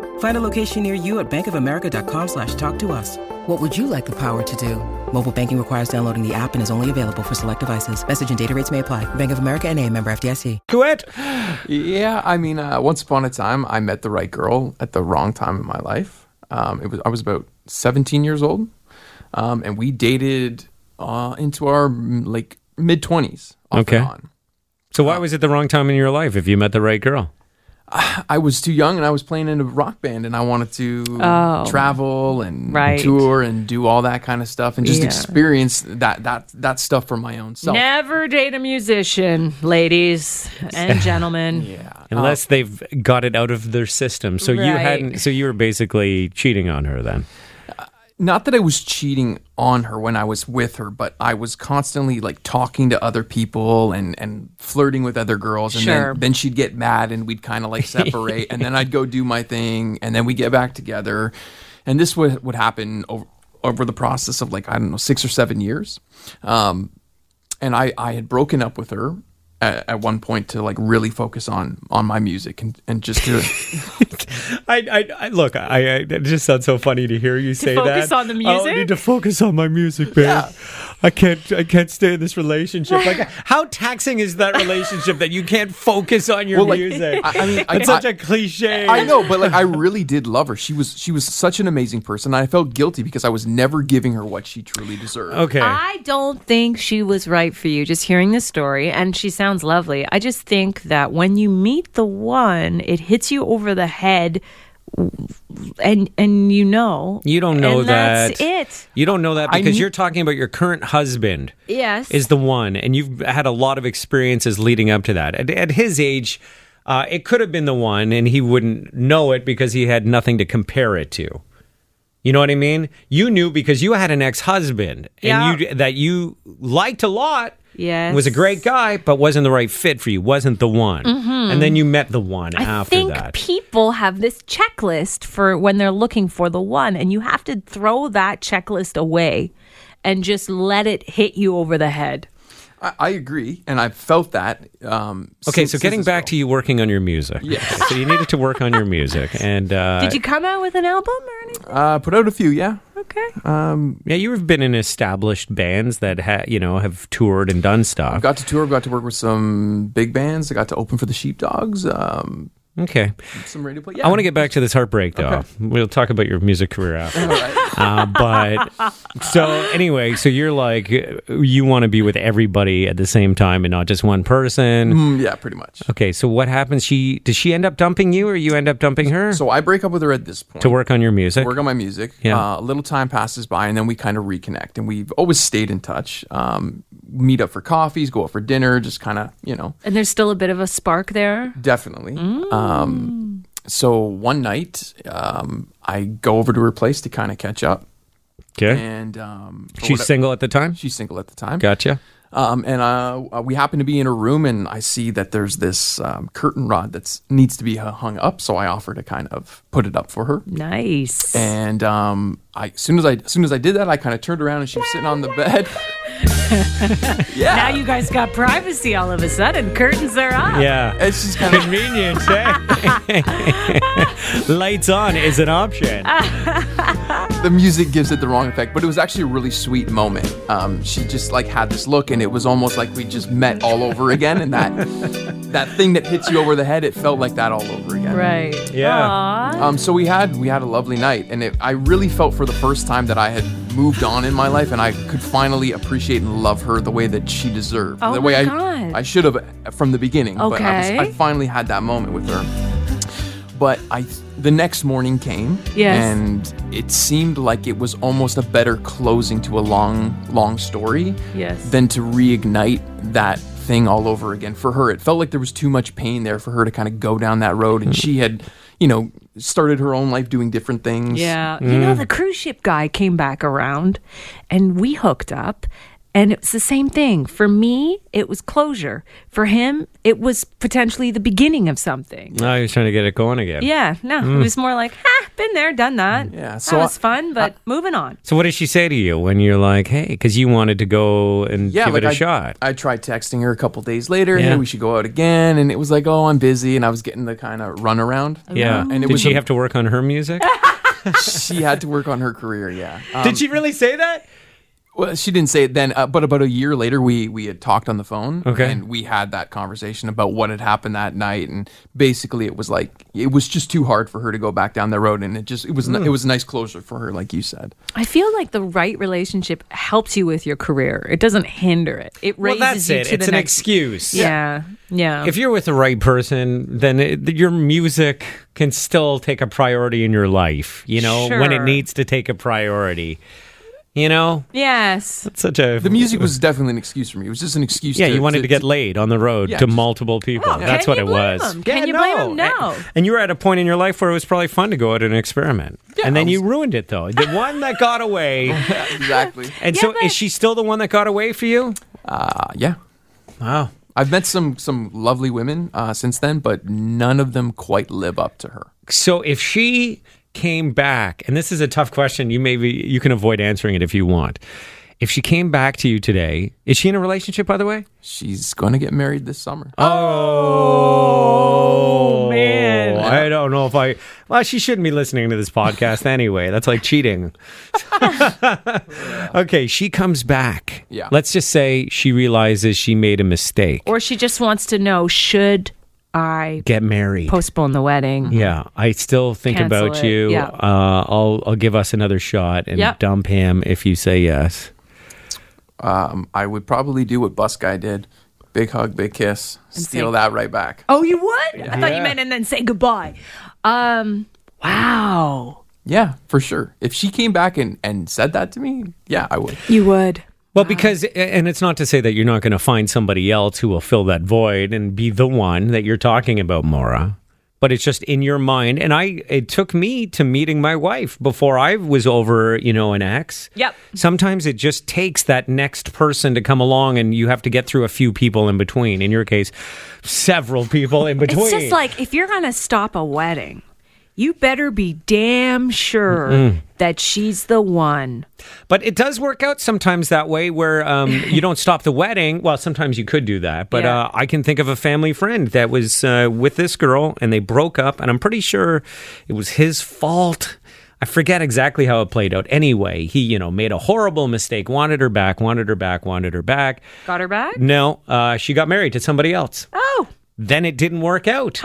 Find a location near you at bankofamerica.com slash talk to us. What would you like the power to do? Mobile banking requires downloading the app and is only available for select devices. Message and data rates may apply. Bank of America and a member FDIC.
Quit.
Yeah, I mean, uh, once upon a time, I met the right girl at the wrong time in my life. Um, it was I was about 17 years old, um, and we dated uh, into our mm, like mid 20s.
Okay.
On.
So why was it the wrong time in your life if you met the right girl?
I was too young and I was playing in a rock band and I wanted to
Oh.
travel and
Right.
tour and do all that kind of stuff and just
Yeah.
experience that that that stuff for my own self.
Never date a musician, ladies and gentlemen.
Yeah.
Unless they've got it out of their system. So you
Right.
hadn't so you were basically cheating on her then.
Not that I was cheating on her when I was with her, but I was constantly like talking to other people and and flirting with other girls and
Sure.
then, then she'd get mad and we'd kind of like separate and then I'd go do my thing and then we get back together. And this would would happen over over the process of like I don't know 6 or 7 years. Um and I, I had broken up with her at, at one point to like really focus on on my music and, and just to
I, I, I look, I, I it just sounds so funny to hear you say
focus
that. Oh,
on the
I
music?
need to focus on my music, man. I can't I can't stay in this relationship. Like how taxing is that relationship that you can't focus on your
Well, like,
music?
I- I mean, I-
That's such
I-
a cliche.
I know, but like I really did love her. She was she was such an amazing person. And I felt guilty because I was never giving her what she truly deserved.
Okay.
I don't think she was right for you. Just hearing this story, and she sounds lovely. I just think that when you meet the one, it hits you over the head and and you know
You don't know
and
that.
that's it.
You don't know that
I
because
kn-
you're talking about your current husband.
Yes.
Is the one, and you've had a lot of experiences leading up to that. At, at his age, uh, it could have been the one, and he wouldn't know it because he had nothing to compare it to. You know what I mean? You knew because you had an ex-husband
Yeah.
and you that you liked a lot.
Yes.
Was a great guy, but wasn't the right fit for you. Wasn't the one.
Mhm.
And then you met the one
I
after
think
that.
people have this checklist for when they're looking for the one, and you have to throw that checklist away and just let it hit you over the head.
I, I agree, and I've felt that. Um,
Okay,
since-
so getting
since-
back to you working on your music. Yeah. so you needed to work on your music, and uh,
Did you come out with an album? Or anything?
uh, put out a few? Yeah.
Okay.
Um, yeah, you've been in established bands that ha- you know have toured and done stuff.
Got to tour. Got to work with some big bands. I got to open for the Sheepdogs. Um,
Okay.
some radio play.
I want to get back to this heartbreak, though.
Okay.
We'll talk about your music career after. uh, but so anyway, so you're like you want to be with everybody at the same time and not just one person.
Mm, yeah, pretty much.
Okay, so what happens? She does she end up dumping you, or you end up dumping her?
So I break up with her at this point
to work on your music.
Work on my music.
Yeah.
Uh, a little time passes by, and then we kind of reconnect, and we've always stayed in touch. Um, meet up for coffees, go out for dinner, just kind of you know.
And there's still a bit of a spark there.
Definitely. Um, so one night, um, I go over to her place to kind of catch up.
Okay.
And um, for
She's
what-
single at the time.
She's single at the time.
Gotcha.
Um, and uh, uh, we happen to be in a room, and I see that there's this um, curtain rod that needs to be hu- hung up. So I offer to kind of put it up for her.
Nice.
And um, I, as soon as I, as soon as I did that, I kind of turned around, and she was sitting on the bed. yeah.
Now you guys got privacy all of a sudden. Curtains are up.
Yeah.
It's just
kind of convenient,
eh?
Lights on is an option.
the music gives it the wrong effect, but it was actually a really sweet moment. Um, she just like had this look, and it was almost like we just met all over again. And that that thing that hits you over the head, it felt like that all over again.
Right. Aw.
Oh.
Um, so we had we had a lovely night, and it, I really felt for the first time that I had moved on in my life, and I could finally appreciate and love her the way that she deserved,
Oh
the way
my
I
God.
I should have uh, from the beginning. But I, was-
Okay.
I finally had that moment with her. But I the next morning came,
Yes.
and it seemed like it was almost a better closing to a long long story
Yes.
than to reignite that thing all over again for her. It felt like there was too much pain there for her to kind of go down that road,
Hmm.
and she had, you know, started her own life doing different things.
Yeah. You
Mm.
know, the cruise ship guy came back around and we hooked up. And it's the same thing. For me, it was closure. For him, it was potentially the beginning of something.
Now you're Oh, trying to get it going again.
Yeah. No,
Mm.
it was more like, ha, been there, done that.
Yeah.
so
that
I-
was fun, but moving on.
So what does she say to you when you're like, "Hey," because you wanted to go and
Yeah,
give
like
it a
I-
shot?
I tried texting her a couple days later.
Yeah.
Hey, we should go out again, and it was like, oh, I'm busy, and I was getting the kind of runaround.
Yeah.
and it
Did
was
she have to work on her music?
she had to work on her career. Yeah.
Did she really say that?
Well, she didn't say it then, uh, but about a year later, we we had talked on the phone,
Okay.
and we had that conversation about what had happened that night, and basically, it was like it was just too hard for her to go back down that road, and it just it was n-
Mm.
Hmm.
it was a nice closure for her, like you said.
I feel like the right relationship helps you with your career. It doesn't hinder it. It
Well,
raises
that's
you
it.
to
It's
the
an
next
excuse.
Yeah. Yeah.
If you're with the right person, then it, your music can still take a priority in your life. You know, when it
Sure.
needs to take a priority. You know,
yes.
That's such a
The music was definitely an excuse for me. It was just an excuse.
Yeah,
to,
you wanted to, get laid on the road
Yeah,
to
just-
multiple people.
Well,
That's
can
what
you
it
blame
was.
'em?
Yeah,
Can you
no.
blame 'em?
No.
And you were at a point in your life where it was probably fun to go out and experiment. and then you ruined it though. The one that got away.
exactly.
And so is she still the one that got away for you?
Uh, yeah.
Wow.
I've met some some lovely women uh, since then, but none of them quite live up to her.
So if she came back, and this is a tough question, you maybe you can avoid answering it if you want. If she came back to you today, is she in a relationship by the way?
She's going to get married this summer.
Oh, man. I don't know if I Well, she shouldn't be listening to this podcast anyway. That's like cheating. okay, she comes back.
Yeah.
Let's just say she realizes she made a mistake.
Or she just wants to know should I
Get married.
postpone the wedding?
Yeah, I still think
Cancel
about
it,
you.
yeah.
Uh, I'll I'll give us another shot and
Yep.
dump him if you say yes.
Um, I would probably do what Bus Guy did: big hug, big kiss, steal that right back.
Oh, you would? I thought you
Yeah.
meant and then say goodbye. Um, Wow.
Yeah, for sure. If she came back and, and said that to me, yeah, I would.
You would.
Well, because, and it's not to say that you're not going to find somebody else who will fill that void and be the one that you're talking about, Maura. But it's just in your mind. And I, it took me to meeting my wife before I was over, you know, an ex.
Yep.
Sometimes it just takes that next person to come along and you have to get through a few people in between. In your case, several people in between.
It's just like if you're going to stop a wedding, you better be damn sure that she's the one.
But it does work out sometimes that way where um, you don't stop the wedding. Well, sometimes you could do that. But
Yeah.
uh, I can think of a family friend that was uh, with this girl and they broke up. And I'm pretty sure it was his fault. I forget exactly how it played out. Anyway, he, you know, made a horrible mistake, wanted her back, wanted her back, wanted her back.
Got her back?
No, uh, she got married to somebody else.
Oh.
Then it didn't work out.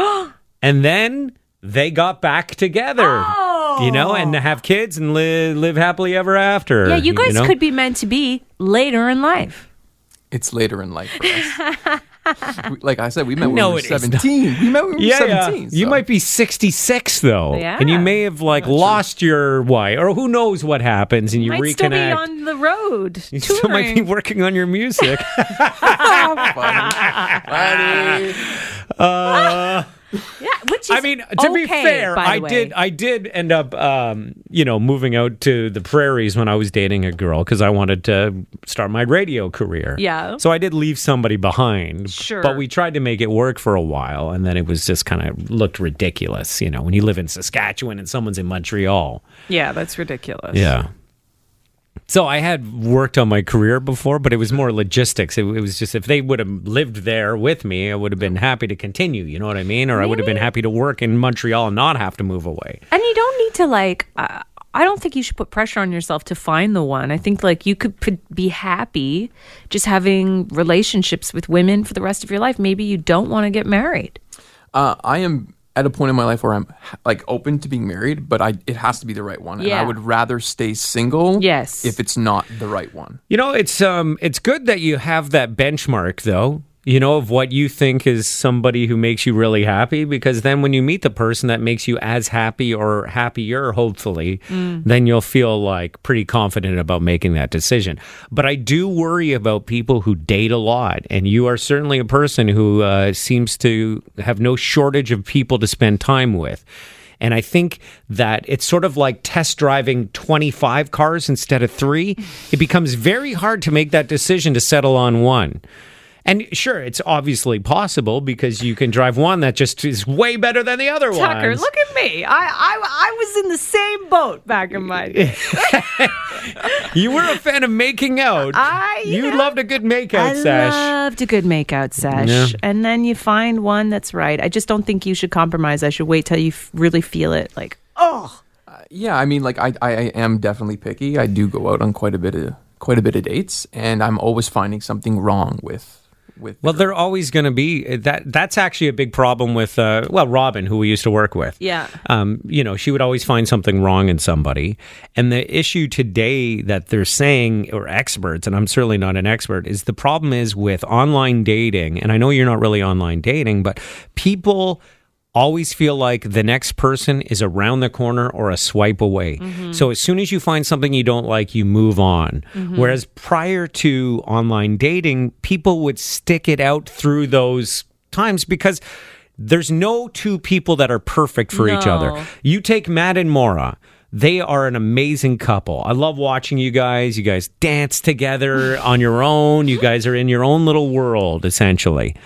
and then they got back together. You know, and have kids and li- live happily ever after.
Oh. Yeah, you guys
know?
could be meant to be later in life.
It's later in life. For us. We- like I said, we met when
No,
we were
it is not.
17. We met when we were
yeah, yeah.
17.
You might be 66 though,
Yeah.
and you may have like lost your wife, or who knows what happens, and you
Might
reconnect.
still be on the road.
you still might be
touring.
working on your music. Uh,
Yeah, which is
I mean, to be
okay,
fair,
by the
I
way.
did uh, I did end up um, you know moving out to the prairies when I was dating a girl because I wanted to start my radio career.
Yeah.
So I did leave somebody behind.
Sure.
But we tried to make it work for a while, and then it was just kind of looked ridiculous. You know, when you live in Saskatchewan and someone's in Montreal.
Yeah, that's ridiculous.
Yeah. So I had worked on my career before, but it was more logistics. It, it was just if they would have lived there with me, I would have been happy to continue. You know what I mean? Or I would have been happy to work in Montreal and not have to move away.
And you don't need to like. Uh, I don't think you should put pressure on yourself to find the one. I think like you could p- be happy just having relationships with women for the rest of your life. Maybe you don't want to get married.
Uh, I am at a point in my life where I'm h- like open to being married, but I it has to be the right one. And
Yeah.
I would rather stay single
Yes.
if it's not the right one.
You know, it's um, it's good that you have that benchmark, though. You know, of what you think is somebody who makes you really happy, because then when you meet the person that makes you as happy or happier, hopefully, then you'll feel like pretty confident about making that decision. But I do worry about people who date a lot, and you are certainly a person who uh, seems to have no shortage of people to spend time with. And I think that it's sort of like test driving 25 cars instead of three. It becomes very hard to make that decision to settle on one. And sure, it's obviously possible because you can drive one that just is way better than the other one.
Tucker, look at me. I, I I was in the same boat back in my day.
You were a fan of making out.
I-
you loved a good makeout
I
sesh.
loved a good makeout sesh,
Yeah.
and then you find one that's right. I just don't think you should compromise. I should wait till you f- really feel it. Like
Yeah, I mean, like I, I, I am definitely picky. I do go out on quite a bit of quite a bit of dates, and I'm always finding something wrong with with.
well, they're always going to be uh, that. That's actually a big problem with, uh, well, Robin, who we used to work with.
yeah,
um, you know, she would always find something wrong in somebody. And the issue today that they're saying, or experts, and I'm certainly not an expert, is the problem is with online dating. And I know you're not really online dating, but people always feel like the next person is around the corner or a swipe away. So as soon as you find something you don't like, you move on. Whereas prior to online dating, people would stick it out through those times because there's no two people that are perfect for each
No.
other. You take Matt and Mora. They are an amazing couple. I love watching you guys. You guys dance together on your own. You guys are in your own little world, essentially.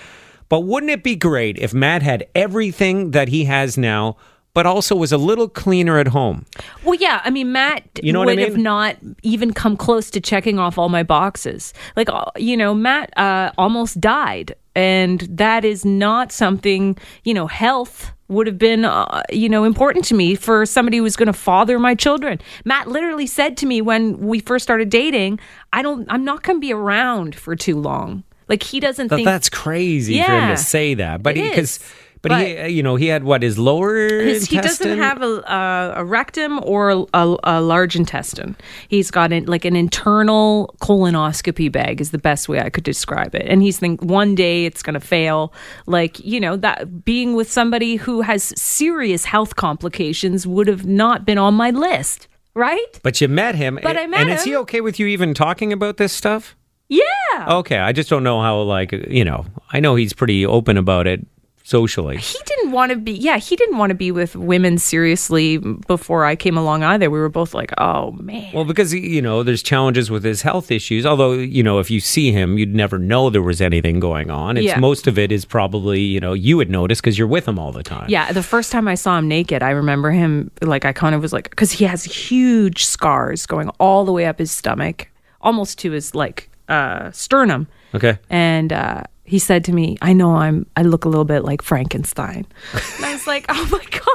But wouldn't it be great if Matt had everything that he has now, but also was a little cleaner at home?
Well, yeah. I mean, Matt
You know what I
would have
mean?
not even come close to checking off all my boxes. Like, uh, you know, Matt uh, almost died. And that is not something, you know, health would have been, uh, you know, important to me for somebody who was going to father my children. Matt literally said to me when we first started dating, I don't, I'm not going to be around for too long. Like, he doesn't
Th-
think
that's crazy for him
Yeah.
to say that. But
It
because
is.
But, he, you know, he had what his lower
His- he doesn't
intestine?
have a, a, a rectum or a, a- a large intestine. He's got an, like an internal colonoscopy bag is the best way I could describe it. And he's think one day it's going to fail. Like you know that being with somebody who has serious health complications would have not been on my list, right?
But you met him.
But I met
And is he okay with you even talking about this stuff?
Yeah.
Okay, I just don't know how. Like you know, I know he's pretty open about it socially.
he didn't want to be yeah he didn't want to be with women seriously before i came along either we were both like oh man
Well, because you know, there's challenges with his health issues. Although you know, if you see him, you'd never know there was anything going on. It's
Yeah.
most of it is probably you know you would notice because you're with him all the time.
yeah the first time i saw him naked i remember him like i kind of was like because he has huge scars going all the way up his stomach almost to his like uh sternum
Okay.
and uh he said to me i know i'm i look a little bit like frankenstein And I was like, oh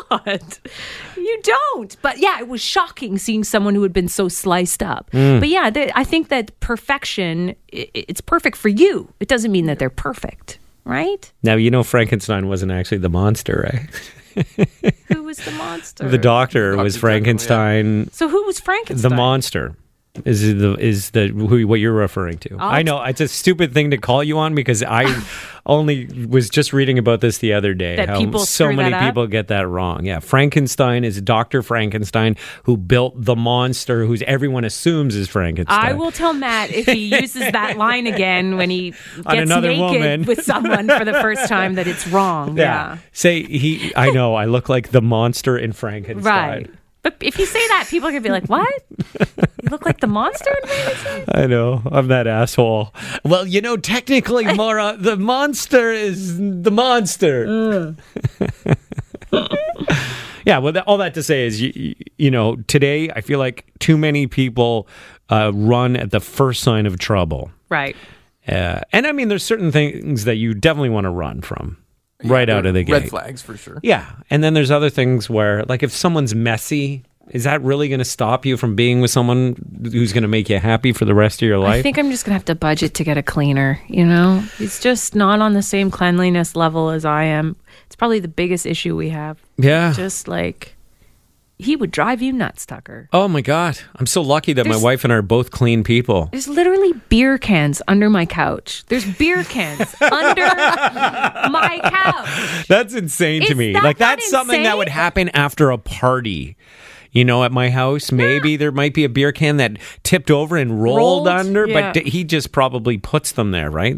my God, you don't. But yeah, it was shocking seeing someone who had been so sliced up.
Mm.
But yeah, the, I think that perfection, i i- it's perfect for you. It doesn't mean that they're perfect, right?
Now you know Frankenstein wasn't actually the monster, right?
Who was the monster?
The doctor was Frankenstein.
So who was Frankenstein?
The monster is the is the who, what you're referring to.
I'll-
I know it's a stupid thing to call you on because I only was just reading about this the other day.
That
how
people
so
screw
many
that up?
people get that wrong. Yeah, Frankenstein is Doctor Frankenstein who built the monster who's everyone assumes is Frankenstein.
I will tell Matt if he uses that line again when he
On
gets
another
naked
woman.
with someone for the first time that it's wrong. Yeah.
Say he. I know. I look like the monster in Frankenstein.
Right. But if you say that, people are going to be like, what? You look like the monster in
I know. I'm that asshole. Well, you know, technically, Mara, the monster is the monster. yeah. Well, that, all that to say is, you, you know, today I feel like too many people uh, run at the first sign of trouble.
Right.
Uh, and I mean, there's certain things that you definitely want to run from right out of the gate.
Red flags for sure.
Yeah. And then there's other things where, like, if someone's messy, is that really going to stop you from being with someone who's going to make you happy for the rest of your life?
I think I'm just gonna have to budget to get a cleaner. You know, he's just not on the same cleanliness level as I am. It's probably the biggest issue we have.
Yeah.
just like he would drive you nuts, Tucker.
Oh my God. I'm so lucky that
There's-
my wife and I are both clean people.
There's literally beer cans under my couch. There's beer cans under my couch.
That's insane to
Is
me.
that
like,
not
that's something that
insane?
would happen after a party. You know, at my house, maybe there might be a beer can that tipped over and rolled,
Rolled?
under,
Yeah.
but d- he just probably puts them there, right?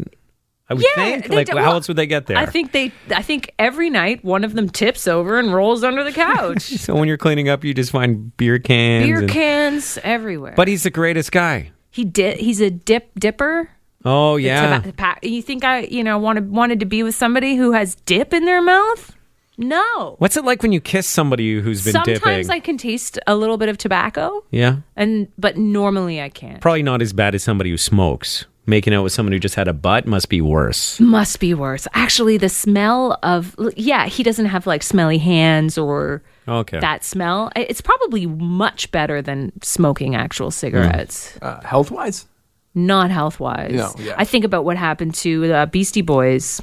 I would think.
they
Like,
do-
how
well,
else would they get there?
I think they. I think every night one of them tips over and rolls under the couch.
so when you're cleaning up, you just find beer cans.
beer
and-
cans everywhere.
But he's the greatest guy.
he did. He's a dip dipper.
Oh
The
yeah.
toba- pa- you think I, you know, wanted wanted to be with somebody who has dip in their mouth? No.
What's it like when you kiss somebody who's been
Sometimes
dipping?
I can taste a little bit of tobacco,
yeah.
and but normally I can't.
Probably not as bad as somebody who smokes. Making out with someone who just had a butt must be worse.
Must be worse. Actually, the smell of yeah, he doesn't have like smelly hands or
Okay.
that smell. I- It's probably much better than smoking actual cigarettes.
Uh, health wise,
not health wise.
No, yeah.
I think about what happened to the Beastie Boys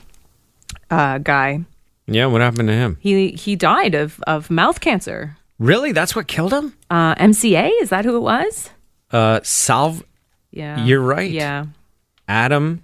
uh, guy.
Yeah, what happened to him?
He he died of of mouth cancer.
Really? That's what killed him?
Uh, MCA is that who it was?
Uh Salv
Yeah,
You're right.
Yeah,
Adam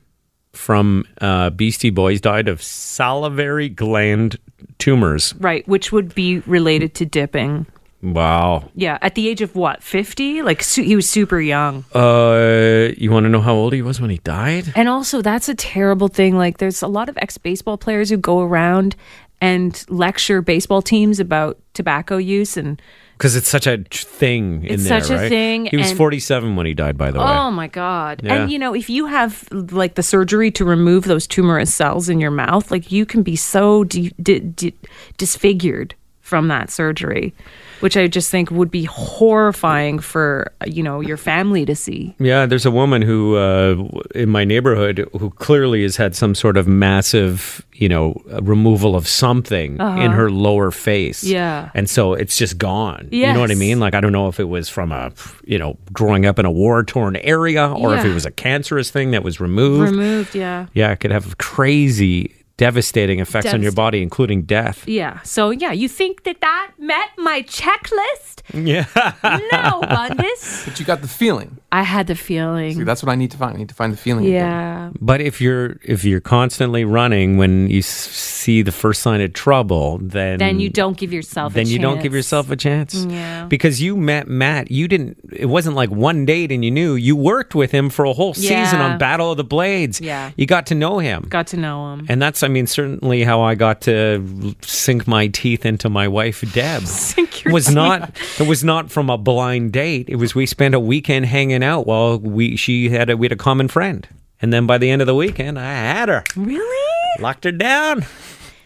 from uh, Beastie Boys died of salivary gland tumors.
right. Which would be related to dipping.
Wow.
Yeah, at the age of what fifty? Like su- he was super young.
Uh you want to know how old he was when he died?
And also, that's a terrible thing. Like, there's a lot of ex baseball players who go around and lecture baseball teams about tobacco use and
Cuz it's such a t- thing in
It's
there,
such a
right?
thing,
He was
and-
47 when he died by the way.
Oh my god.
Yeah.
And you know, if you have like the surgery to remove those tumorous cells in your mouth, like you can be so de- de- de- disfigured from that surgery, which I just think would be horrifying for, you know, your family to see.
Yeah, there's a woman who uh, w- in my neighborhood who clearly has had some sort of massive, you know, uh, removal of something
Uh-huh.
in her lower face.
Yeah.
and so it's just gone. You know what I
Yes.
mean? Like I don't know if it was from a, you know, growing up in a war torn area or if
Yeah.
it was a cancerous thing that was removed.
Removed, yeah.
Yeah, it could have crazy devastating effects on your body,
Devastating.
including death.
Yeah. So yeah, you think that that met my checklist?
Yeah.
No, Bundus.
But you got the feeling.
I had the feeling.
See, that's what I need to find. I need to find the feeling.
yeah.
But if you're if you're constantly running when you s- see the first sign of trouble, then
Then you don't give yourself.
Mm. then
a
you don't give
chance. Mm,
yourself a chance.
Yeah.
Because you met Matt, you didn't. It wasn't like one date and you knew. You worked with him for a whole season
Yeah.
on Battle of the Blades.
Yeah.
You got to know him.
Got to know him.
And that's, I mean, certainly how I got to sink my teeth into my wife, Deb.
Sink your
was
teeth.
not it was not from a blind date. It was we spent a weekend hanging out while we she had a we had a common friend, and then by the end of the weekend, I had her,
Really?
locked her down.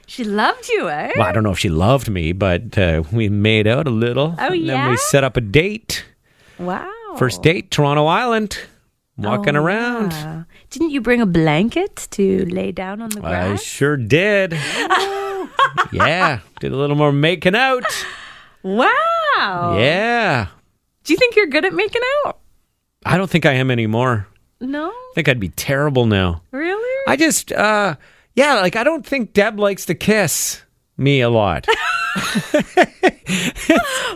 She loved you, eh?
Well, I don't know if she loved me, but uh, we made out a little.
Oh,
and Then
yeah?
we set up a date,
Wow.
first date, Toronto Island, walking
Oh,
around.
yeah. Didn't you bring a blanket to lay down on the
I
grass?
sure did. yeah, did a little more making out.
wow.
Yeah.
Do you think you're good at making out?
I don't think I am anymore.
No.
I think I'd be terrible now.
Really?
I just, uh, yeah, like I don't think Deb likes to kiss me a lot.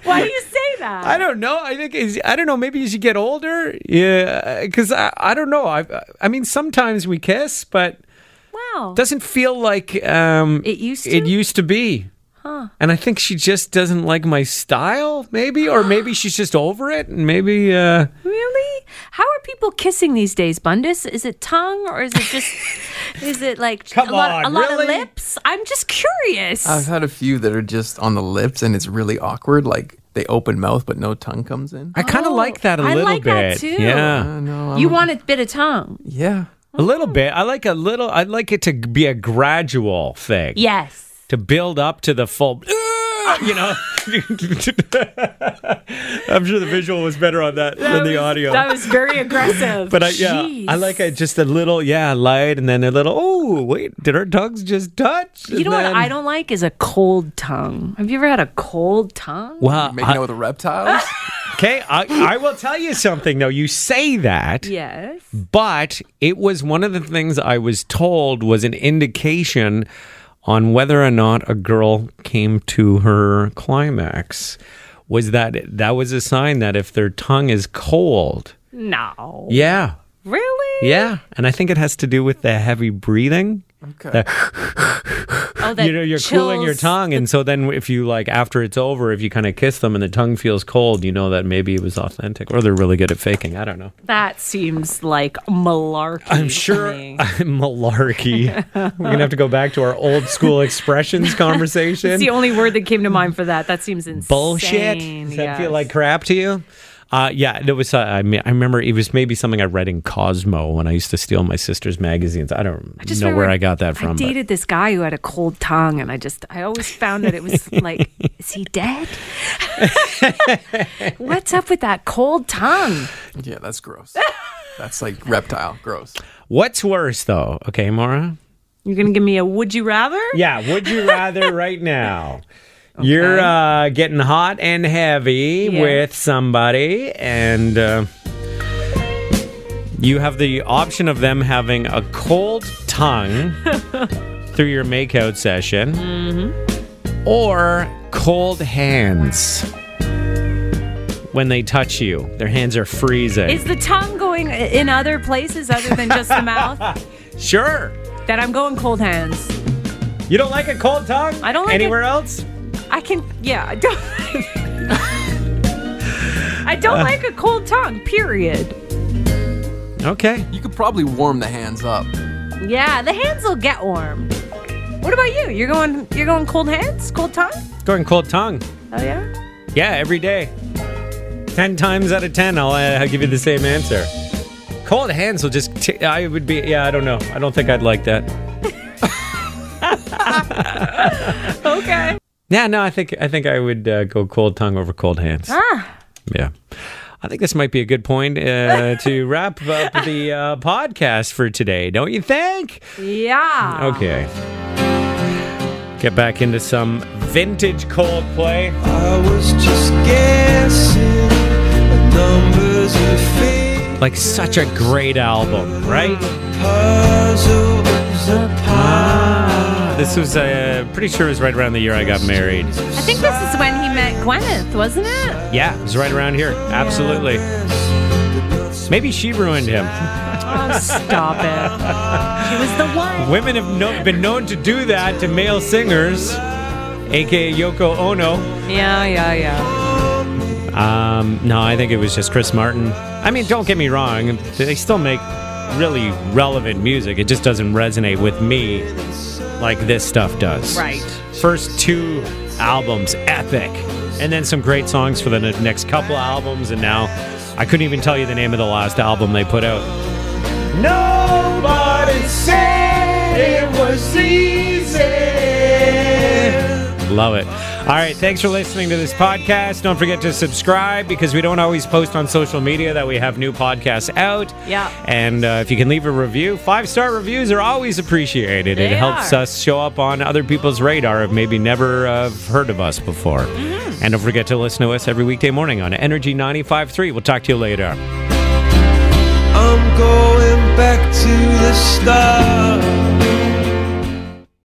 Why do you say that?
I don't know. I think it's, I don't know. Maybe as you get older, yeah, because I, I don't know. I, I mean, sometimes we kiss, but
wow.
doesn't feel like um,
It used
it
to?
used to be. And I think she just doesn't like my style, maybe, or maybe she's just over it, and maybe. Uh,
Really? How are people kissing these days, Bundus? Is it tongue or is it just is it like
Come
a lot, a
on,
lot
really? Uh,
of lips? I'm just curious.
I've had a few that are just on the lips and it's really awkward. Like they open mouth but no tongue comes in. Uh,
I kind of
Oh,
like that a
I
little
like
bit.
that too.
Yeah,
you
Um,
want a bit of tongue.
Yeah.
a little
Oh.
bit. I like a little. I like it to be a gradual thing.
Yes.
to build up to the full. You know, I'm sure the visual was better on that, than the audio.
That was very aggressive.
but I, yeah, I like it just a little, yeah, light, and then a little. Oh, wait, did our tongues just touch?
You
And
know what
then-
I don't like is a cold tongue. Have you ever had a cold tongue?
Well,
Making out with the reptiles.
okay, I, I will tell you something though. You say that,
Yes.
but it was one of the things I was told was an indication on whether or not a girl came to her climax was that that was a sign that if their tongue is cold
No.
yeah
Really?
yeah and i think it has to do with the heavy breathing
Okay.
Oh, that
you know you're cooling your
chills-
tongue and so then if you like after it's over if you kind of kiss them and the tongue feels cold you know that maybe it was authentic or they're really good at faking i don't know
That seems like malarkey.
I'm
to
sure
me.
I'm malarkey. We're gonna have to go back to our old school expressions conversation.
It's the only word that came to mind for that. That seems insane.
Bullshit. Does that feel
Yes.
like crap to you? Uh, yeah, there was. Uh, I mean, I remember it was maybe something I read in Cosmo when I used to steal my sister's magazines. I don't
just
know where
remember
I got that
I
from. but-
dated this guy who had a cold tongue, and I just, I always found that it was like, is he dead? What's up with that cold tongue?
yeah, that's gross. That's like reptile. Gross.
What's worse though? Okay, Mara.
You're going to give me a would you rather?
Yeah. Would you rather right now? You're uh, getting hot and heavy
Yeah.
with somebody, and uh, you have the option of them having a cold tongue through your makeout session,
Mm-hmm.
or cold hands when they touch you. Their hands are freezing.
Is the tongue going in other places other than just the mouth?
sure.
Then I'm going cold hands.
You don't like a cold tongue?
I don't like
anywhere else.
I can, yeah, I don't. I don't like a cold tongue, period.
Okay.
You could probably warm the hands up.
Yeah, the hands will get warm. What about you? You're going you're going cold hands? Cold tongue?
Going cold tongue.
Oh yeah?
Yeah, every day. Ten times out of ten, I'll, uh, give you the same answer. Cold hands will just. T- I would be. Yeah, I don't know. I don't think I'd like that.
Okay.
Yeah, no, I think I think I would uh, go cold tongue over cold hands.
Ah.
Yeah, I think this might be a good point uh, to wrap up the uh, podcast for today. Don't you think?
Yeah.
Okay. Get back into some vintage Coldplay.
I was just guessing at numbers and figures.
Like such a great album, right?
Puzzles apart.
This was, uh, pretty sure it was right around the year I got married.
I think this is when he met Gwyneth, wasn't it?
Yeah, it was right around here. Absolutely. Maybe she ruined him.
Oh, stop it. She was the one.
Women have no- been known to do that to male singers, aka Yoko Ono.
Yeah, yeah, yeah.
Um, no, I think it was just Chris Martin. I mean, don't get me wrong, they still make really relevant music. It just doesn't resonate with me like this stuff does.
Right.
First two albums, epic. And then some great songs for the ne- next couple albums. And now I couldn't even tell you the name of the last album they put out.
Nobody said it was easy.
Love it. All right. Thanks for listening to this podcast. Don't forget to subscribe because we don't always post on social media that we have new podcasts out.
Yeah.
And uh, if you can leave a review, five star reviews are always appreciated.
They
it helps
are.
us show up on other people's radar if maybe never uh, heard of us before.
Mm-hmm.
And don't forget to listen to us every weekday morning on Energy 95.3. We'll talk to you later.
I'm going back to the start.